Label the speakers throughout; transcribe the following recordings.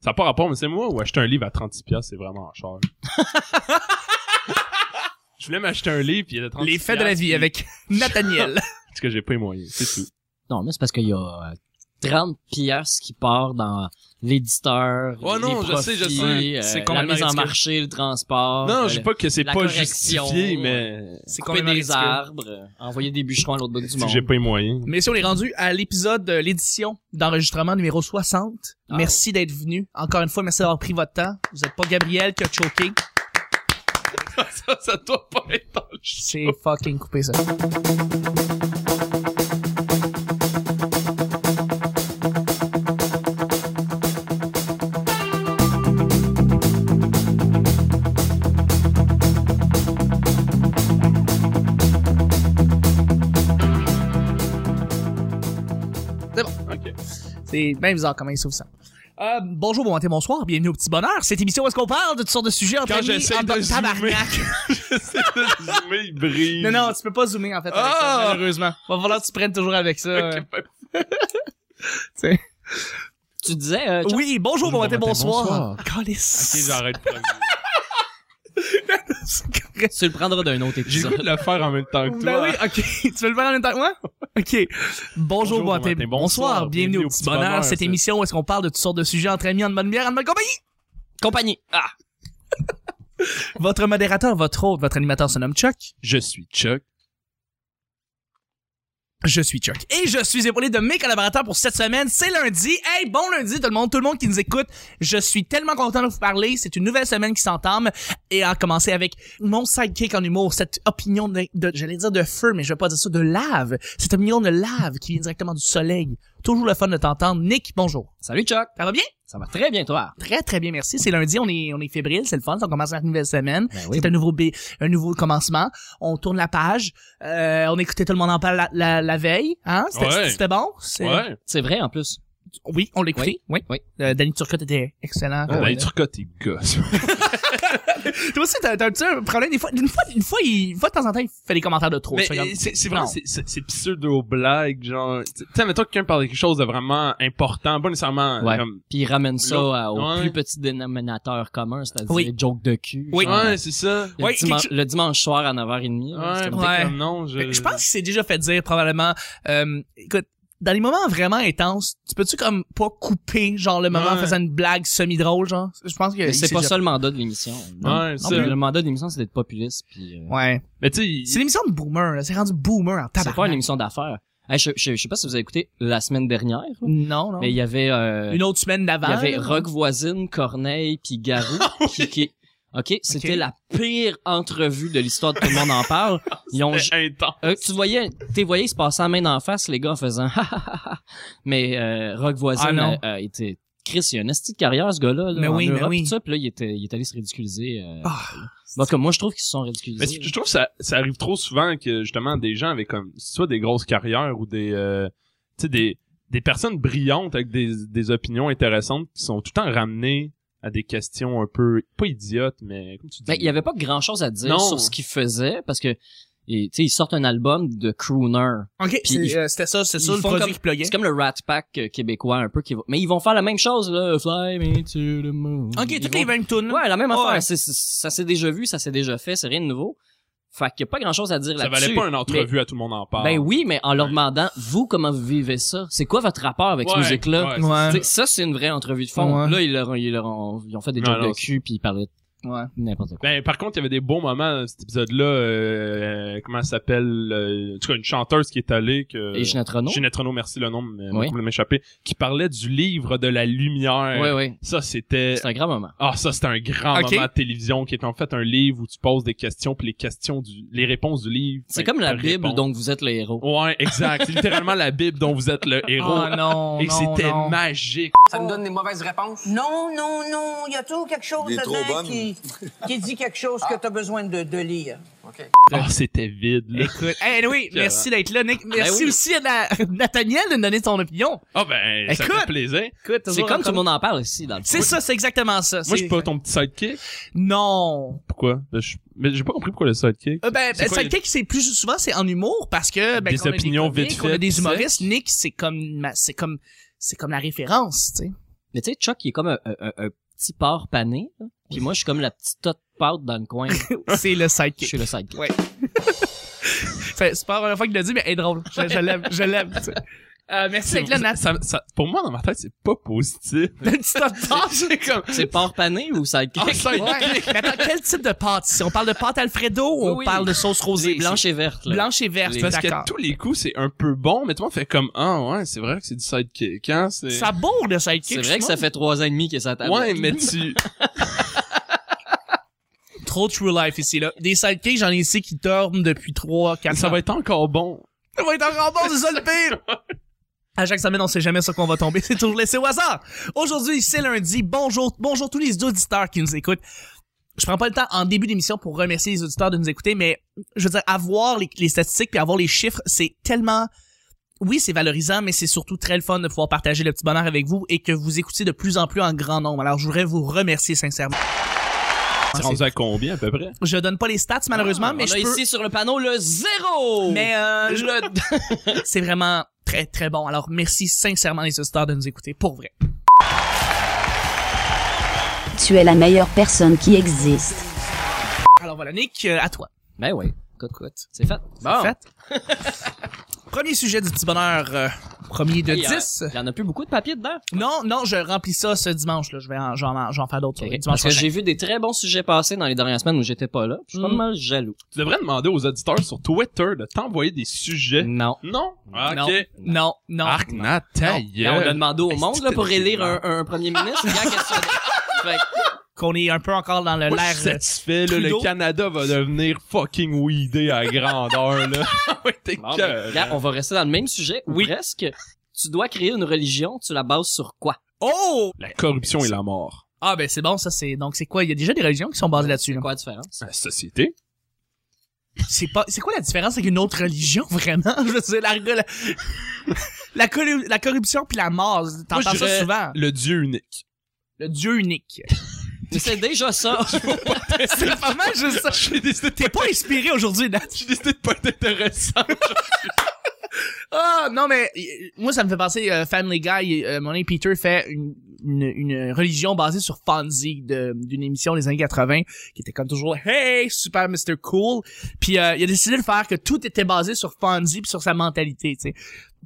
Speaker 1: Ça n'a pas rapport, mais c'est moi ou acheter un livre à 36$, c'est vraiment cher. je voulais m'acheter un livre, puis il était 36$.
Speaker 2: Les faits de la vie avec Nathaniel.
Speaker 1: Parce que j'ai pas les moyens, c'est tout.
Speaker 3: Non, mais c'est parce qu'il y a euh, 30 piastres qui part dans l'éditeur,
Speaker 1: Oh non,
Speaker 3: les
Speaker 1: je sais, je
Speaker 3: profits,
Speaker 1: sais.
Speaker 3: euh,
Speaker 2: C'est
Speaker 3: la
Speaker 2: complètement
Speaker 3: mise en
Speaker 2: ridicule.
Speaker 3: marché, le transport,
Speaker 1: non,
Speaker 3: euh,
Speaker 1: je dis pas que c'est
Speaker 3: la
Speaker 1: pas
Speaker 3: correction,
Speaker 1: justifié,
Speaker 3: euh,
Speaker 1: mais
Speaker 2: C'est
Speaker 3: couper
Speaker 2: complètement
Speaker 3: des
Speaker 2: ridicule.
Speaker 3: arbres, euh, envoyer des bûcherons à l'autre bout du
Speaker 1: c'est que
Speaker 3: monde.
Speaker 1: j'ai pas les moyens.
Speaker 2: Mais si on est rendu à l'épisode de l'édition d'enregistrement numéro 60.
Speaker 3: Ah.
Speaker 2: Merci d'être venu. Encore une fois, merci d'avoir pris votre temps. Vous êtes pas Gabriel qui a choqué.
Speaker 1: ça, ça doit pas être dans le ch-
Speaker 2: C'est fucking coupé ça.
Speaker 1: Ok.
Speaker 2: C'est bien bizarre comment ils sauvent ça. Euh, bonjour, bon matin, bonsoir, bienvenue au petit bonheur. Cette émission où est-ce qu'on parle de toutes sortes de sujets entre
Speaker 1: Quand
Speaker 2: amis,
Speaker 1: j'essaie
Speaker 2: en
Speaker 1: de zoomer.
Speaker 2: tabarnak.
Speaker 1: J'essaie de zoomer, il brille.
Speaker 2: Non, non, tu peux pas zoomer en fait avec
Speaker 1: Ah!
Speaker 2: ça, malheureusement. Va falloir que tu prennes toujours avec ça. euh.
Speaker 1: ben,
Speaker 3: Tu disais, euh, Chuck,
Speaker 2: Oui, bonjour, bon matin,
Speaker 1: bon matin,
Speaker 2: bonsoir. Calice.
Speaker 1: Ok, j'arrête. premier.
Speaker 2: C'est correct.
Speaker 3: tu le prendras d'un autre
Speaker 1: J'ai le
Speaker 3: épisode.
Speaker 1: goût de le faire en même temps que toi.
Speaker 2: Ben oui, ok. tu veux le faire en même temps que moi? Ok. Bonjour, bon matin, bonsoir. Bienvenue au petit bonheur. Cette
Speaker 1: c'est-
Speaker 2: émission où est-ce qu'on parle de toutes sortes de sujets entre amis, en bonne bière, en bonne compagnie.
Speaker 3: Compagnie. Ah!
Speaker 2: Votre modérateur, votre hôte, votre animateur se nomme Chuck.
Speaker 1: Je suis Chuck.
Speaker 2: Je suis Chuck. Et je suis épaulé de mes collaborateurs pour cette semaine. C'est lundi. Hey, bon lundi tout le monde, tout le monde qui nous écoute. Je suis tellement content de vous parler. C'est une nouvelle semaine qui s'entame. Et à commencer avec mon sidekick en humour, cette opinion de, de- j'allais dire de feu, mais je vais pas dire ça, de lave. Cette opinion de lave qui vient directement du soleil. Toujours le fun de t'entendre. Nick, bonjour.
Speaker 3: Salut Chuck!
Speaker 2: Ça va bien?
Speaker 3: Ça va très bien toi?
Speaker 2: Très, très bien, merci. C'est lundi, on est, on est fébrile, c'est le fun. On commence la nouvelle semaine.
Speaker 3: Ben
Speaker 2: C'est un nouveau, bé- un nouveau commencement. On tourne la page. Euh, on écoutait tout le monde en parle la, la, la veille. Hein? C'était
Speaker 1: Ouais.
Speaker 2: c'était bon? C'est-
Speaker 1: Ouais.
Speaker 3: C'est vrai en plus.
Speaker 2: Oui, on l'écoutait. Oui.
Speaker 3: Oui.
Speaker 2: Euh, Danny Turcotte était excellent.
Speaker 1: Ben,
Speaker 2: Ah Ouais.
Speaker 1: il turcote tes gosses.
Speaker 2: Toi aussi, t'as t'as un petit problème. Des fois, une fois, une fois, il, une fois de temps en temps, il fait des commentaires de trop.
Speaker 1: Mais
Speaker 2: Tu fais comme-
Speaker 1: euh, c'est c'est
Speaker 2: Non.
Speaker 1: vraiment c'est- c'est c'est pseudo blague genre tu sais mettons que quelqu'un parle de quelque chose de vraiment important pas nécessairement euh,
Speaker 3: Ouais.
Speaker 1: comme
Speaker 3: Puis il ramène ça
Speaker 1: L'autre-
Speaker 3: à- au
Speaker 1: ouais.
Speaker 3: plus petit dénominateur commun, c'est-à-dire
Speaker 2: Oui.
Speaker 3: les jokes de cul.
Speaker 2: Oui.
Speaker 3: genre, euh,
Speaker 1: ouais c'est ça ouais,
Speaker 3: le,
Speaker 2: Ouais,
Speaker 3: diman-
Speaker 2: quelque-
Speaker 3: le dimanche soir à 9h30. là, c'est
Speaker 1: ouais.
Speaker 3: comme-
Speaker 2: Ouais.
Speaker 1: comme non je
Speaker 3: Euh.
Speaker 2: Mais Je pense qu'il s'est déjà fait dire probablement. euh, écoute, dans les moments vraiment intenses, tu peux-tu comme pas couper genre le moment en
Speaker 1: Ouais.
Speaker 2: faisant une blague semi drôle genre Je pense que
Speaker 3: Mais
Speaker 2: il
Speaker 3: C'est
Speaker 2: s'est
Speaker 3: pas
Speaker 2: déjà-
Speaker 3: ça le mandat de l'émission. Non.
Speaker 1: ouais
Speaker 3: Non,
Speaker 1: ça.
Speaker 3: mais le mandat de l'émission, c'est d'être populiste. Puis, euh,
Speaker 2: Ouais.
Speaker 1: mais tu sais il-
Speaker 2: C'est l'émission de boomer. là. C'est rendu boomer en
Speaker 3: c'est pas une
Speaker 2: tabarnak.
Speaker 3: émission d'affaires. Hey, je, je, je sais pas si vous avez écouté la semaine dernière, là,
Speaker 2: Non, non.
Speaker 3: mais il y avait euh,
Speaker 2: Une autre semaine d'avant.
Speaker 3: Il y avait
Speaker 2: là. Ah
Speaker 3: Rock Voisine, Corneille, puis Garou. qui, qui- OK, c'était
Speaker 2: Ok.
Speaker 3: la pire entrevue de l'histoire de Tout le monde en parle.
Speaker 2: Ah,
Speaker 3: Ils ont...
Speaker 1: c'est intense
Speaker 3: euh, tu voyais, t'es voyais, ils se passaient la main d'en face, les gars, en faisant ha, ha, ha, ha. Mais euh, Rock
Speaker 2: Ah,
Speaker 3: Voisine
Speaker 2: non.
Speaker 3: a, a été... Chris, il a une esti de carrière, ce gars-là, là,
Speaker 2: Mais
Speaker 3: en
Speaker 2: oui, mais
Speaker 3: Europe,
Speaker 2: oui.
Speaker 3: pis ça, puis là, il, était, il est allé se ridiculiser. Euh...
Speaker 2: Ah.
Speaker 3: en tout cas, moi, je trouve qu'ils se sont
Speaker 1: mais
Speaker 3: ridiculisés.
Speaker 1: c'est- je trouve que ça ça arrive trop souvent que justement des gens avec comme soit des grosses carrières ou des euh, tu sais des des personnes brillantes avec des des opinions intéressantes qui sont tout le temps ramenées à des questions un peu pas idiotes mais comme tu dis
Speaker 3: Ben, il y avait pas grand-chose à dire
Speaker 1: Non.
Speaker 3: sur ce qu'ils faisaient, parce que... et, tu sais, ils sortent un album de crooner.
Speaker 2: Ok,
Speaker 3: Puis
Speaker 2: c'est-
Speaker 3: ils-
Speaker 2: euh, c'était ça, c'est
Speaker 3: ils
Speaker 2: ça le
Speaker 3: font
Speaker 2: produit
Speaker 3: comme-
Speaker 2: qui pluguait.
Speaker 3: C'est comme le Rat Pack euh, québécois un peu qui va... Mais ils vont faire la même chose là, Fly me to the moon.
Speaker 2: Ok,
Speaker 3: Ils
Speaker 2: toutes
Speaker 3: vont-
Speaker 2: les mêmes tunes.
Speaker 3: Ouais, la même
Speaker 2: Ouais.
Speaker 3: affaire, C'est- c'est- ça s'est déjà vu, ça s'est déjà fait, c'est rien de nouveau. Fait qu'il y a pas grand-chose à dire
Speaker 1: ça
Speaker 3: là-dessus.
Speaker 1: valait pas une entrevue à tout le monde en parle
Speaker 3: Mais- ben oui, mais en leur demandant vous comment vous vivez ça, c'est quoi votre rapport avec cette
Speaker 1: Ouais,
Speaker 3: musique là
Speaker 1: ouais, c'est ça.
Speaker 3: Ça c'est une vraie entrevue de fond.
Speaker 2: Ouais.
Speaker 3: Là ils leur, ont- ils leur ont ils ont fait des
Speaker 1: Non,
Speaker 3: jokes
Speaker 1: non,
Speaker 3: de cul puis ils parlaient
Speaker 2: Ouais. Ah,
Speaker 3: de n'importe quoi.
Speaker 1: Ben, par contre, il y avait des bons moments, cet épisode-là, euh, euh, comment elle s'appelle, euh, en tout cas, une chanteuse qui est allée, que...
Speaker 3: Et Ginette Renault.
Speaker 1: Ben, euh, Ginette Renaud, merci le nom, mais
Speaker 3: Oui.
Speaker 1: beaucoup de m'échapper, qui parlait du livre de la lumière.
Speaker 3: Ouais ouais,
Speaker 1: Ça, c'était...
Speaker 3: c'est un grand moment.
Speaker 1: Ah, ça, c'était un grand
Speaker 2: Ok.
Speaker 1: moment de télévision qui est en fait un livre où tu poses des questions puis les questions du, les réponses du livre.
Speaker 3: C'est
Speaker 1: ben,
Speaker 3: comme la
Speaker 1: te
Speaker 3: Bible
Speaker 1: répondent.
Speaker 3: donc vous êtes le héros.
Speaker 1: Ouais, exact. C'est littéralement la Bible dont vous êtes le
Speaker 3: Ah,
Speaker 1: héros.
Speaker 2: Oh non,
Speaker 1: Et
Speaker 2: non,
Speaker 1: c'était
Speaker 2: non.
Speaker 1: magique.
Speaker 4: Ça
Speaker 5: Oh.
Speaker 4: me donne des mauvaises réponses?
Speaker 5: Non, non, non, il y a toujours quelque chose
Speaker 6: Des trop
Speaker 5: dedans
Speaker 6: bonnes.
Speaker 5: qui, qui dit quelque chose
Speaker 4: Ah.
Speaker 5: que tu as besoin de, de lire.
Speaker 1: Ah, c'était vide, là.
Speaker 2: Écoute, hey, oui,
Speaker 1: Écœurant.
Speaker 2: merci d'être là, Nick. Merci
Speaker 3: Ben oui.
Speaker 2: aussi à Na- Nathaniel de donner son opinion.
Speaker 1: Ah, ben, ça
Speaker 2: Écoute!
Speaker 1: fait plaisir.
Speaker 2: Écoute,
Speaker 3: C'est comme tout le monde en parle ici dans le
Speaker 2: C'est ça, c'est exactement ça.
Speaker 1: Moi, je
Speaker 2: C'est-
Speaker 1: suis pas ton petit sidekick.
Speaker 2: Non.
Speaker 1: Pourquoi? Ben, je- Mais j'ai pas compris pourquoi le sidekick.
Speaker 2: Euh, ben,
Speaker 1: C'est
Speaker 2: ben,
Speaker 1: quoi,
Speaker 2: sidekick, c'est plus souvent, c'est en humour parce que, ben,
Speaker 1: Des
Speaker 2: quand on a
Speaker 1: opinions
Speaker 2: comiques,
Speaker 1: vite
Speaker 2: On a
Speaker 1: faites,
Speaker 2: des humoristes.
Speaker 1: sec.
Speaker 2: Nick, c'est comme, ma- c'est comme, c'est comme la référence, tu sais.
Speaker 3: Mais tu sais, Chuck, il est comme un, un- un- un petit porc pané. là. Puis moi, je suis comme la petite totte pâte dans le coin.
Speaker 2: C'est le
Speaker 3: Ah. Je
Speaker 2: sidekick.
Speaker 3: suis le sidekick.
Speaker 2: Ouais. C'est c'est pas la première fois qu'il l'a dit, mais elle est drôle. Je, je l'aime, je l'aime. tu sais. Euh, merci d'être là, Nat.
Speaker 1: Ça- ça- pour moi, dans ma tête, c'est pas positif.
Speaker 2: Le petit top top.
Speaker 1: C'est comme...
Speaker 3: C'est porc pané ou sidekick?
Speaker 1: Ah, ça,
Speaker 2: Ouais. Mais attends, quel type de pâte? Si on parle de pâte Alfredo ou on
Speaker 3: Oui.
Speaker 2: parle de sauce rosée?
Speaker 3: C'est blanche et verte.
Speaker 2: C'est-
Speaker 3: Là.
Speaker 2: Blanche et verte,
Speaker 3: Les-
Speaker 1: Parce
Speaker 2: d'accord.
Speaker 1: que tous les coups, c'est un peu bon, mais tout le monde fait comme, ah ouais, c'est vrai que c'est du sidekick, hein, c'est...
Speaker 2: Ça bourre de sidekick.
Speaker 3: C'est vrai que
Speaker 2: je
Speaker 3: ça
Speaker 2: pense.
Speaker 3: fait trois ans et demi qu'il est sur la table.
Speaker 1: Ouais, mais tu...
Speaker 2: Trop true life ici, là. Des sidekicks, j'en ai ici qui dorment depuis 3, 4
Speaker 1: ça va être encore bon.
Speaker 2: Ça va être encore bon, c'est ça le pire! À chaque semaine, on sait jamais sur quoi on va tomber. C'est toujours laissé au hasard. Aujourd'hui, c'est lundi. Bonjour, bonjour tous les auditeurs qui nous écoutent. Je prends pas le temps en début d'émission pour remercier les auditeurs de nous écouter, mais je veux dire, avoir les, les statistiques puis avoir les chiffres, c'est tellement, oui, c'est valorisant, mais c'est surtout très le fun de pouvoir partager le petit bonheur avec vous et que vous écoutez de plus en plus en grand nombre. Alors, je voudrais vous remercier sincèrement. Ah,
Speaker 1: C'est rendu à combien, à peu près?
Speaker 2: Je donne pas les stats, malheureusement,
Speaker 3: Ah,
Speaker 2: mais
Speaker 3: on
Speaker 2: je
Speaker 3: a
Speaker 2: peux...
Speaker 3: ici sur le panneau le zéro!
Speaker 2: Mais, euh, je-
Speaker 3: Le-
Speaker 2: c'est vraiment très très bon. Alors merci sincèrement les auditeurs de nous écouter pour vrai.
Speaker 4: Tu es la meilleure personne qui existe.
Speaker 2: Alors voilà Nick, euh, à toi.
Speaker 3: Ben ouais. Écoute, écoute. C'est fait.
Speaker 1: Oh.
Speaker 2: En fait. Premier sujet du petit bonheur, euh, premier de
Speaker 3: Il y a-
Speaker 2: 10.
Speaker 3: Il y en a plus beaucoup de papier dedans.
Speaker 2: Non, non, je remplis ça ce dimanche là, je vais en, j'en, en- j'en faire d'autres sur le dimanche
Speaker 3: Parce que
Speaker 2: prochain.
Speaker 3: j'ai vu des très bons sujets passer dans les dernières semaines où j'étais pas là. Je suis pas
Speaker 2: Mm.
Speaker 3: mal jaloux.
Speaker 1: Tu devrais demander aux auditeurs sur Twitter de t'envoyer des sujets.
Speaker 3: Non.
Speaker 1: Non? Ah,
Speaker 2: Non,
Speaker 1: ok.
Speaker 2: non, non.
Speaker 1: Arc, Nat, ta gueule.
Speaker 3: Là, on a demandé au
Speaker 1: Est-ce
Speaker 3: monde
Speaker 1: que
Speaker 3: là,
Speaker 1: t'es
Speaker 3: pour élire un,
Speaker 1: dégueulasse?
Speaker 3: un premier ministre. Regarde qu'est-ce que ça donne. Fait que-
Speaker 2: Qu'on est un peu encore dans le
Speaker 1: Moi,
Speaker 2: l'air euh,
Speaker 1: je suis satisfait, là, le
Speaker 2: Trudeau.
Speaker 1: Canada va devenir fucking weedé à grandeur, là. ouais, t'es
Speaker 3: Bon, ben,
Speaker 1: cœur.
Speaker 3: regarde, on va rester dans le même sujet. ou
Speaker 1: Oui.
Speaker 3: Presque. Tu dois créer une religion, tu la bases sur quoi?
Speaker 2: Oh!
Speaker 1: La corruption et la mort.
Speaker 2: Ah ben c'est bon ça c'est donc c'est quoi il y a déjà des religions qui sont basées là-dessus là.
Speaker 3: Quoi la différence?
Speaker 1: La société.
Speaker 2: C'est pas c'est quoi la différence avec une autre religion vraiment Je veux dire la la, la, corru- la corruption puis la mort,
Speaker 1: Moi,
Speaker 2: t'entends
Speaker 1: je
Speaker 2: ça
Speaker 1: dirais
Speaker 2: souvent.
Speaker 1: Le dieu unique.
Speaker 2: Le dieu unique.
Speaker 3: C'est déjà ça.
Speaker 2: C'est pas mal juste ça.
Speaker 1: J'ai décidé, de-
Speaker 2: T'es pas inspiré aujourd'hui, Nat.
Speaker 1: j'ai décidé de pas être intéressant.
Speaker 2: Ah, non, mais euh, moi, ça me fait penser euh, Family Guy. euh, mon ami Peter fait une, une, une religion basée sur Fonzie de- d'une émission des années 80 qui était comme toujours « Hey, super Mr. Cool ». Puis euh, il a décidé de faire que tout était basé sur Fonzie puis sur sa mentalité, tu sais.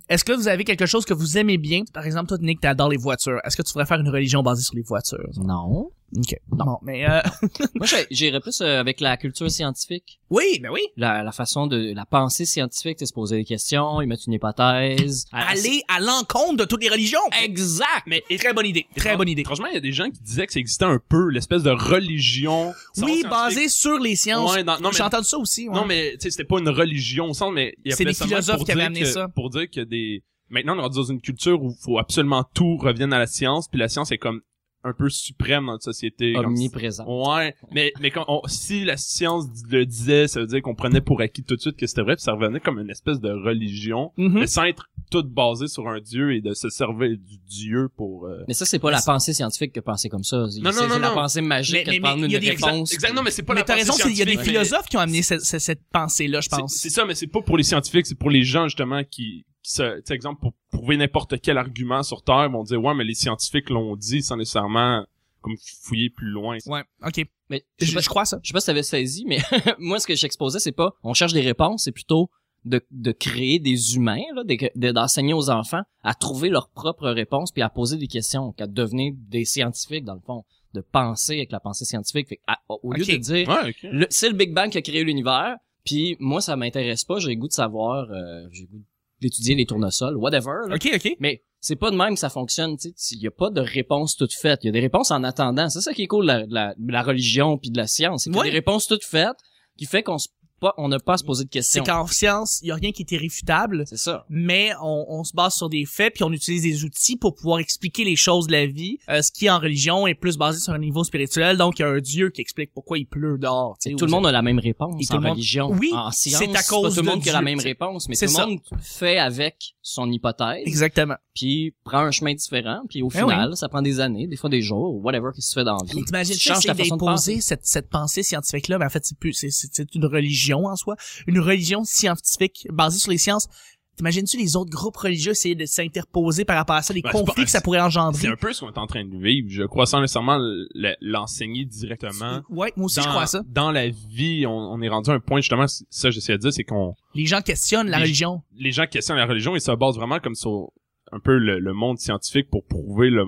Speaker 2: Est-ce que vous avez quelque chose que vous aimez bien? Par exemple, toi, Nick, t'adores les voitures. Est-ce que tu voudrais faire une religion basée sur les voitures?
Speaker 3: Non.
Speaker 2: OK. Non, mais... Euh...
Speaker 3: Moi, j'ai- j'irais plus euh, avec la culture scientifique.
Speaker 2: Oui, ben oui.
Speaker 3: La, la façon de la pensée scientifique, de se poser des questions, y mettre une hypothèse. Ah,
Speaker 2: Aller à l'encontre de toutes les religions.
Speaker 3: Exact!
Speaker 2: Mais très bonne idée. Très bonne idée.
Speaker 1: Franchement, il y a des gens qui disaient que ça existait un peu, l'espèce de religion.
Speaker 2: Oui,
Speaker 1: scientifique.
Speaker 2: basé sur les sciences.
Speaker 1: Ouais, non, non, mais-
Speaker 2: J'ai entendu ça aussi. ouais.
Speaker 1: Non, mais tu sais, c'était pas une religion au sens, mais il y a
Speaker 2: C'est des
Speaker 1: seulement
Speaker 2: philosophes
Speaker 1: pour
Speaker 2: qui avaient
Speaker 1: dire
Speaker 2: amené
Speaker 1: que-
Speaker 2: ça.
Speaker 1: Pour dire que des. Maintenant, on est rendu dans une culture où faut absolument tout revienne à la science, puis la science est comme un peu suprême dans notre société. comme
Speaker 3: Omniprésent.
Speaker 1: Ouais, mais mais quand on- si la science le disait, ça veut dire qu'on prenait pour acquis tout de suite que c'était vrai, puis ça revenait comme une espèce de religion,
Speaker 2: Mhm.
Speaker 1: mais sans être toute basée sur un dieu et de se servir du dieu pour. euh,
Speaker 3: Mais ça, c'est pas la pensée scientifique que penser comme ça. C'est-
Speaker 1: Non, non,
Speaker 3: c'est
Speaker 1: non,
Speaker 3: la
Speaker 1: non.
Speaker 3: pensée magique
Speaker 2: Mais- mais-
Speaker 3: de prendre
Speaker 2: mais il
Speaker 3: une
Speaker 2: y a des-
Speaker 3: réponse.
Speaker 1: Exact, non, mais c'est pas
Speaker 2: mais
Speaker 1: la
Speaker 2: t'as
Speaker 1: pensée
Speaker 2: raison, c'est- il y a des
Speaker 1: scientifique, mais-
Speaker 2: philosophes qui ont amené ce- ce- cette pensée-là, je
Speaker 1: C'est-
Speaker 2: pense.
Speaker 1: C'est ça, mais c'est pas pour les scientifiques, c'est pour les gens justement qui, qui se, tu sais, exemple, pour prouver n'importe quel argument sur Terre, ils vont dire ouais, mais les scientifiques l'ont dit sans nécessairement comme fouiller plus loin.
Speaker 2: Ouais, ok.
Speaker 3: Mais je, sais
Speaker 2: Je,
Speaker 3: pas-
Speaker 2: je crois ça.
Speaker 3: je sais pas si t'avais saisi, mais moi, ce que j'exposais, c'est pas on cherche des réponses, c'est plutôt de, de créer des humains, là, des- de- d'enseigner aux enfants à trouver leurs propres réponses puis à poser des questions, qu'à devenir des scientifiques, dans le fond, de penser avec la pensée scientifique. Fait que, à- au lieu
Speaker 2: Ok.
Speaker 3: de dire
Speaker 1: Ouais, ok.
Speaker 3: le- c'est le Big Bang qui a créé l'univers, puis moi, ça m'intéresse pas, j'ai le goût de savoir, euh, j'ai le goût d'étudier les tournesols, whatever. là.
Speaker 2: Ok, ok.
Speaker 3: Mais c'est pas de même que ça fonctionne, tu sais. Il y a pas de réponse toute faite. Il y a des réponses en attendant. C'est ça qui est cool de la, de la, de la religion puis de la science. C'est qu'il y a
Speaker 2: Ouais.
Speaker 3: des réponses toutes faites qui fait qu'on se pas, on n'a pas à se poser de
Speaker 2: C'est
Speaker 3: questions.
Speaker 2: qu'en science, il y a rien qui est irréfutable,
Speaker 3: C'est ça.
Speaker 2: mais on, on se base sur des faits puis on utilise des outils pour pouvoir expliquer les choses de la vie. Euh, ce qui en religion est plus basé sur un niveau spirituel, donc il y a un dieu qui explique pourquoi il pleut dehors. tu sais,
Speaker 3: Et
Speaker 2: ou
Speaker 3: tout le
Speaker 2: ça.
Speaker 3: monde a la même réponse
Speaker 2: Et tout
Speaker 3: en
Speaker 2: le monde-
Speaker 3: religion.
Speaker 2: Oui,
Speaker 3: en science,
Speaker 2: c'est à
Speaker 3: pas
Speaker 2: cause
Speaker 3: tout le
Speaker 2: de
Speaker 3: monde qui a la
Speaker 2: Dieu,
Speaker 3: même
Speaker 2: tu sais.
Speaker 3: réponse, mais tout
Speaker 2: C'est
Speaker 3: le
Speaker 2: ça.
Speaker 3: monde fait avec son hypothèse,
Speaker 2: Exactement.
Speaker 3: puis prend un chemin différent, puis au
Speaker 2: Eh
Speaker 3: final, ça prend des années, des fois des jours, whatever qu'est-ce que tu fais dans la vie.
Speaker 2: Mais t'imagines
Speaker 3: Tu
Speaker 2: ça,
Speaker 3: changes
Speaker 2: c'est
Speaker 3: ta façon de
Speaker 2: d'imposer cette, cette pensée scientifique-là, Ben, mais en fait, c'est plus, c'est, c'est, c'est une religion en soi. Une religion scientifique basée sur les sciences T'imagines-tu les autres groupes religieux essayer de s'interposer par rapport à ça, les
Speaker 1: Ben, c'est
Speaker 2: conflits
Speaker 1: pas-
Speaker 2: que ça pourrait engendrer?
Speaker 1: C'est un peu ce qu'on est en train de vivre, je crois, sans nécessairement le- l'enseigner directement.
Speaker 2: Ouais, moi aussi
Speaker 1: dans,
Speaker 2: je crois à ça.
Speaker 1: Dans la vie, on, on est rendu à un point, justement, c- ça j'essaie de dire, c'est qu'on
Speaker 2: Les gens questionnent la
Speaker 1: Les-
Speaker 2: religion.
Speaker 1: les gens questionnent la religion et se basent vraiment comme sur un peu le, le monde scientifique pour prouver le,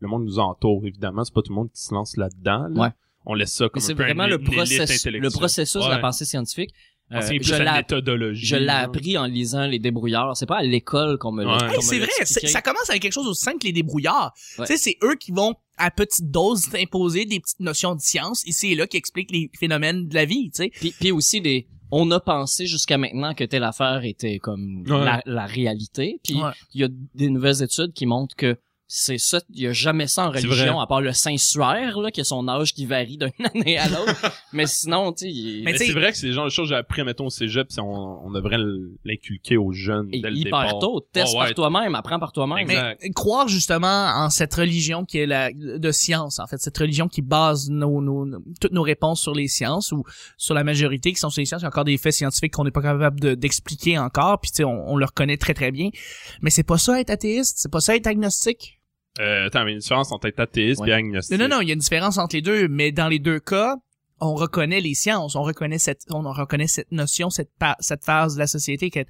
Speaker 1: le monde nous entoure. Évidemment, c'est pas tout le monde qui se lance là-dedans. là.
Speaker 3: Ouais.
Speaker 1: On laisse ça
Speaker 3: Mais
Speaker 1: comme
Speaker 3: c'est
Speaker 1: un peu
Speaker 3: vraiment
Speaker 1: une-
Speaker 3: le
Speaker 1: une élite
Speaker 3: processus, le
Speaker 1: intellectuelle.
Speaker 3: processus de
Speaker 1: Ouais.
Speaker 3: la pensée scientifique.
Speaker 1: On
Speaker 3: Euh,
Speaker 1: s'est plus
Speaker 3: je
Speaker 1: à la
Speaker 3: l'ai
Speaker 1: méthodologie.
Speaker 3: je l'ai
Speaker 1: là.
Speaker 3: appris en lisant Les Débrouillards. C'est pas à l'école qu'on me
Speaker 1: Mmh.
Speaker 3: l'a
Speaker 1: Ouais.
Speaker 3: qu'on
Speaker 2: Hey,
Speaker 3: me
Speaker 2: c'est
Speaker 3: l'a
Speaker 2: vrai,
Speaker 3: expliqué.
Speaker 2: c'est- ça commence avec quelque chose aussi simple que les débrouillards.
Speaker 3: Ouais.
Speaker 2: Tu sais, c'est eux qui vont à petite dose t'imposer des petites notions de science ici et là qui expliquent les phénomènes de la vie, tu sais.
Speaker 3: Puis, puis aussi des on a pensé jusqu'à maintenant que telle affaire était comme
Speaker 1: Ouais.
Speaker 3: la, la réalité. Puis il
Speaker 2: Ouais.
Speaker 3: y a des nouvelles études qui montrent que c'est ça, il y a jamais ça en
Speaker 1: C'est
Speaker 3: religion
Speaker 1: vrai.
Speaker 3: à part le Saint-Suaire là qui a son âge qui varie d'une année à l'autre. Mais sinon, tu sais, il-
Speaker 2: Mais
Speaker 1: Mais
Speaker 2: t'sais-
Speaker 1: c'est vrai que c'est le genre de choses que j'ai appris, mettons, au cégep, si on, on devrait l'inculquer aux jeunes
Speaker 3: il-
Speaker 1: dès le
Speaker 3: hyper
Speaker 1: départ.
Speaker 3: tôt, teste
Speaker 1: Oh, ouais.
Speaker 3: par toi-même, apprends par toi-même.
Speaker 1: Exact.
Speaker 2: Mais croire justement en cette religion qui est la de science en fait, cette religion qui base nos, nos- nos- toutes nos réponses sur les sciences ou sur la majorité qui sont sur les sciences, il y a encore des faits scientifiques qu'on n'est pas capable de- d'expliquer encore, puis tu sais, on, on le reconnaît très très bien. Mais c'est pas ça être athéiste, c'est pas ça être agnostique.
Speaker 1: Euh, attends, mais une différence entre être athéiste
Speaker 3: Ouais.
Speaker 1: et
Speaker 2: Non
Speaker 1: agnostique.
Speaker 2: non non, il y a une différence entre les deux, mais dans les deux cas, on reconnaît les sciences, on reconnaît cette on en reconnaît cette notion, cette pa- cette phase de la société qui est